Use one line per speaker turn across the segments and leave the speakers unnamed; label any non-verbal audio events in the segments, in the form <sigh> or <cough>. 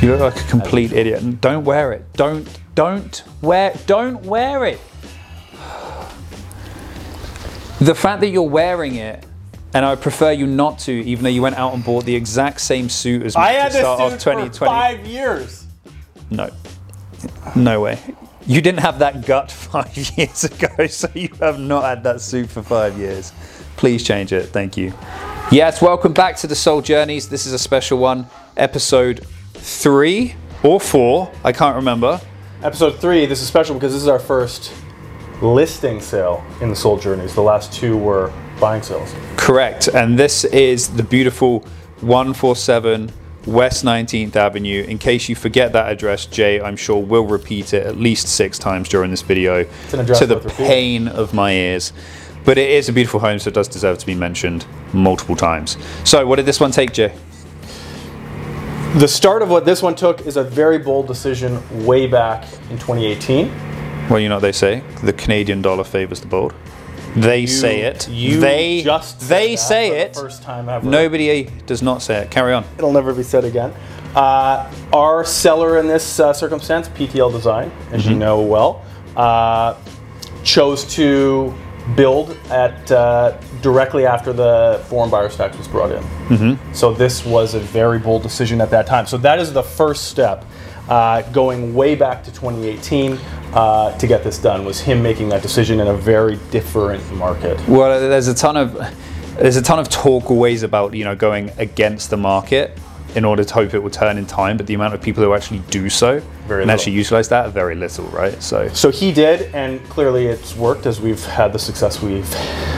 You look like a complete idiot. And don't wear it. Don't, don't wear, don't wear it. The fact that you're wearing it, and I prefer you not to, even though you went out and bought the exact same suit as me
I
to
had this
start off
suit for
2020.
five years.
No, no way. You didn't have that gut <laughs> five years ago, so you have not had that suit for five years. Please change it. Thank you. Yes, welcome back to the Soul Journeys. This is a special one, episode three or four. I can't remember.
Episode three. This is special because this is our first listing sale in the Soul Journeys. The last two were buying sales.
Correct. And this is the beautiful 147 West 19th Avenue. In case you forget that address, Jay, I'm sure, will repeat it at least six times during this video
an address
to the
worth repeating.
pain of my ears. But it is a beautiful home, so it does deserve to be mentioned multiple times. So, what did this one take, Jay?
The start of what this one took is a very bold decision way back in 2018.
Well, you know what they say the Canadian dollar favors the bold. They say it.
You
they
just said
they
that for
say
the
it.
first time ever.
Nobody does not say it. Carry on.
It'll never be said again. Uh, our seller in this uh, circumstance, PTL Design, as you know well, uh, chose to build at uh, directly after the foreign buyers tax was brought in. So this was a very bold decision at that time. So that is the first step, uh, going way back to 2018 uh, to get this done. Was him making that decision in a very different market.
Well, there's a ton of there's a ton of talk always about you know going against the market in order to hope it will turn in time, but the amount of people who actually do so
Very
and
little.
actually utilize that are very little, right? So
So he did, and clearly it's worked as we've had the success we've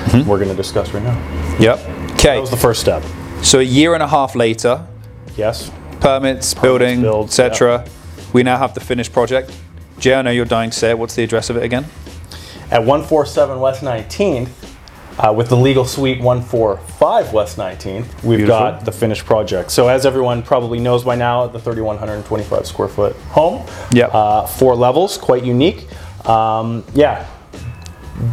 Hmm?
we're going to discuss right now.
yep.
That
Okay.
was the first step.
So a year and a half later,
Yes.
permits, building,
build,
etc. We now have the finished project. Jay, I know you're dying to say it. What's the address of it again?
At 147 West 19th, uh, with the legal suite 145 West 19th, we've
Beautiful.
got the finished project. So as everyone probably knows by now, the 3125 square foot home.
Yep.
Uh, four levels, quite unique. Um, yeah.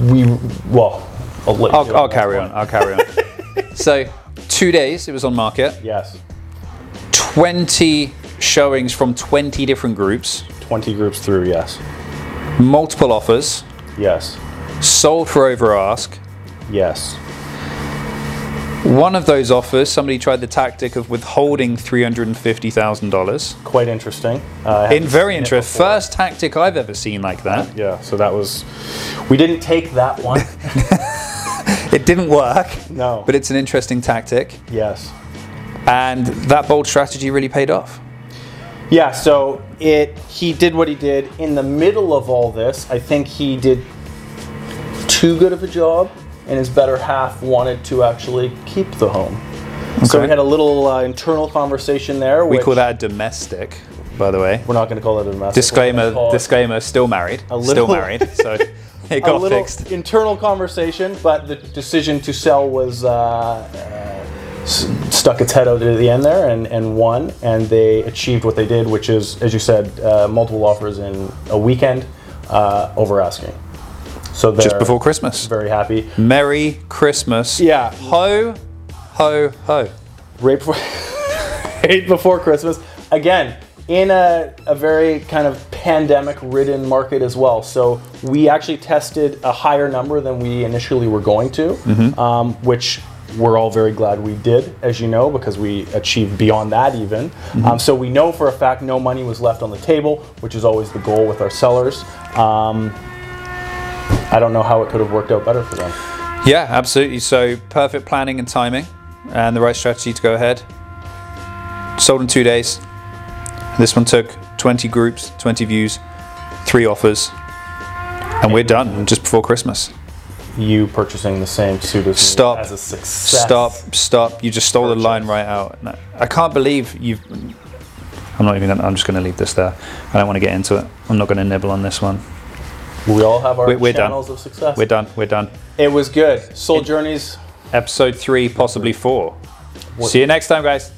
We well. I'll, let you do
I'll,
it
I'll
next
carry
one.
on. I'll carry on.
<laughs>
so two days it was on market.
Yes.
Twenty showings from twenty different groups,
20 groups through. Yes.
multiple offers.
Yes.
sold for over ask.
Yes.
One of those offers, somebody tried the tactic of withholding three hundred and fifty thousand dollars.
Quite interesting. Uh, I
In
haven't
very
seen it
interest,
before.
first tactic I've ever seen like that.
Yeah, so that was. We didn't take that
<laughs>
one.
It didn't work,
No.
but it's an interesting tactic,
yes.
and that bold strategy really paid off.
Yeah, so it he did what he did in the middle of all this. I think he did too good of a job, and his better half wanted to actually keep the home. So
Okay.
we had a little uh, internal conversation there.
We call that a domestic, by the way.
We're not going to call it a domestic. We're gonna
Disclaimer:
call it
disclaimer, still married, still
little-
married. <laughs>
<laughs>
So it
a
got
little
fixed.
internal conversation, but the decision to sell was uh, uh, s- stuck its head out at the end there and, and won. And they achieved what they did, which is, as you said, uh, multiple offers in a weekend uh, over asking. So they're
Just before Christmas.
very happy.
Merry Christmas.
Yeah.
Ho, ho, ho.
Right before, <laughs> right before Christmas. Again, in a, a very kind of pandemic ridden market as well. So we actually tested a higher number than we initially were going to,
Mm-hmm.
um, which we're all very glad we did, as you know, because we achieved beyond that even.
Mm-hmm.
Um, so we know for a fact no money was left on the table, which is always the goal with our sellers. Um, I don't know how it could have worked out better for them.
Yeah, absolutely. So perfect planning and timing, and the right strategy to go ahead. Sold in two days. This one took 20 groups, 20 views, three offers, and we're done just before Christmas.
You purchasing the same suit as, me
Stop.
as a success.
Stop! Stop! You just stole the line right out. No, I can't believe you've. I'm not even. Gonna, I'm just going to leave this there. I don't want to get into it. I'm not going to nibble on this one.
We all have our
We're- we're done.
channels of success.
We're done. We're done.
It was good. Soul Journeys.
Episode three, possibly four. See you next time, guys.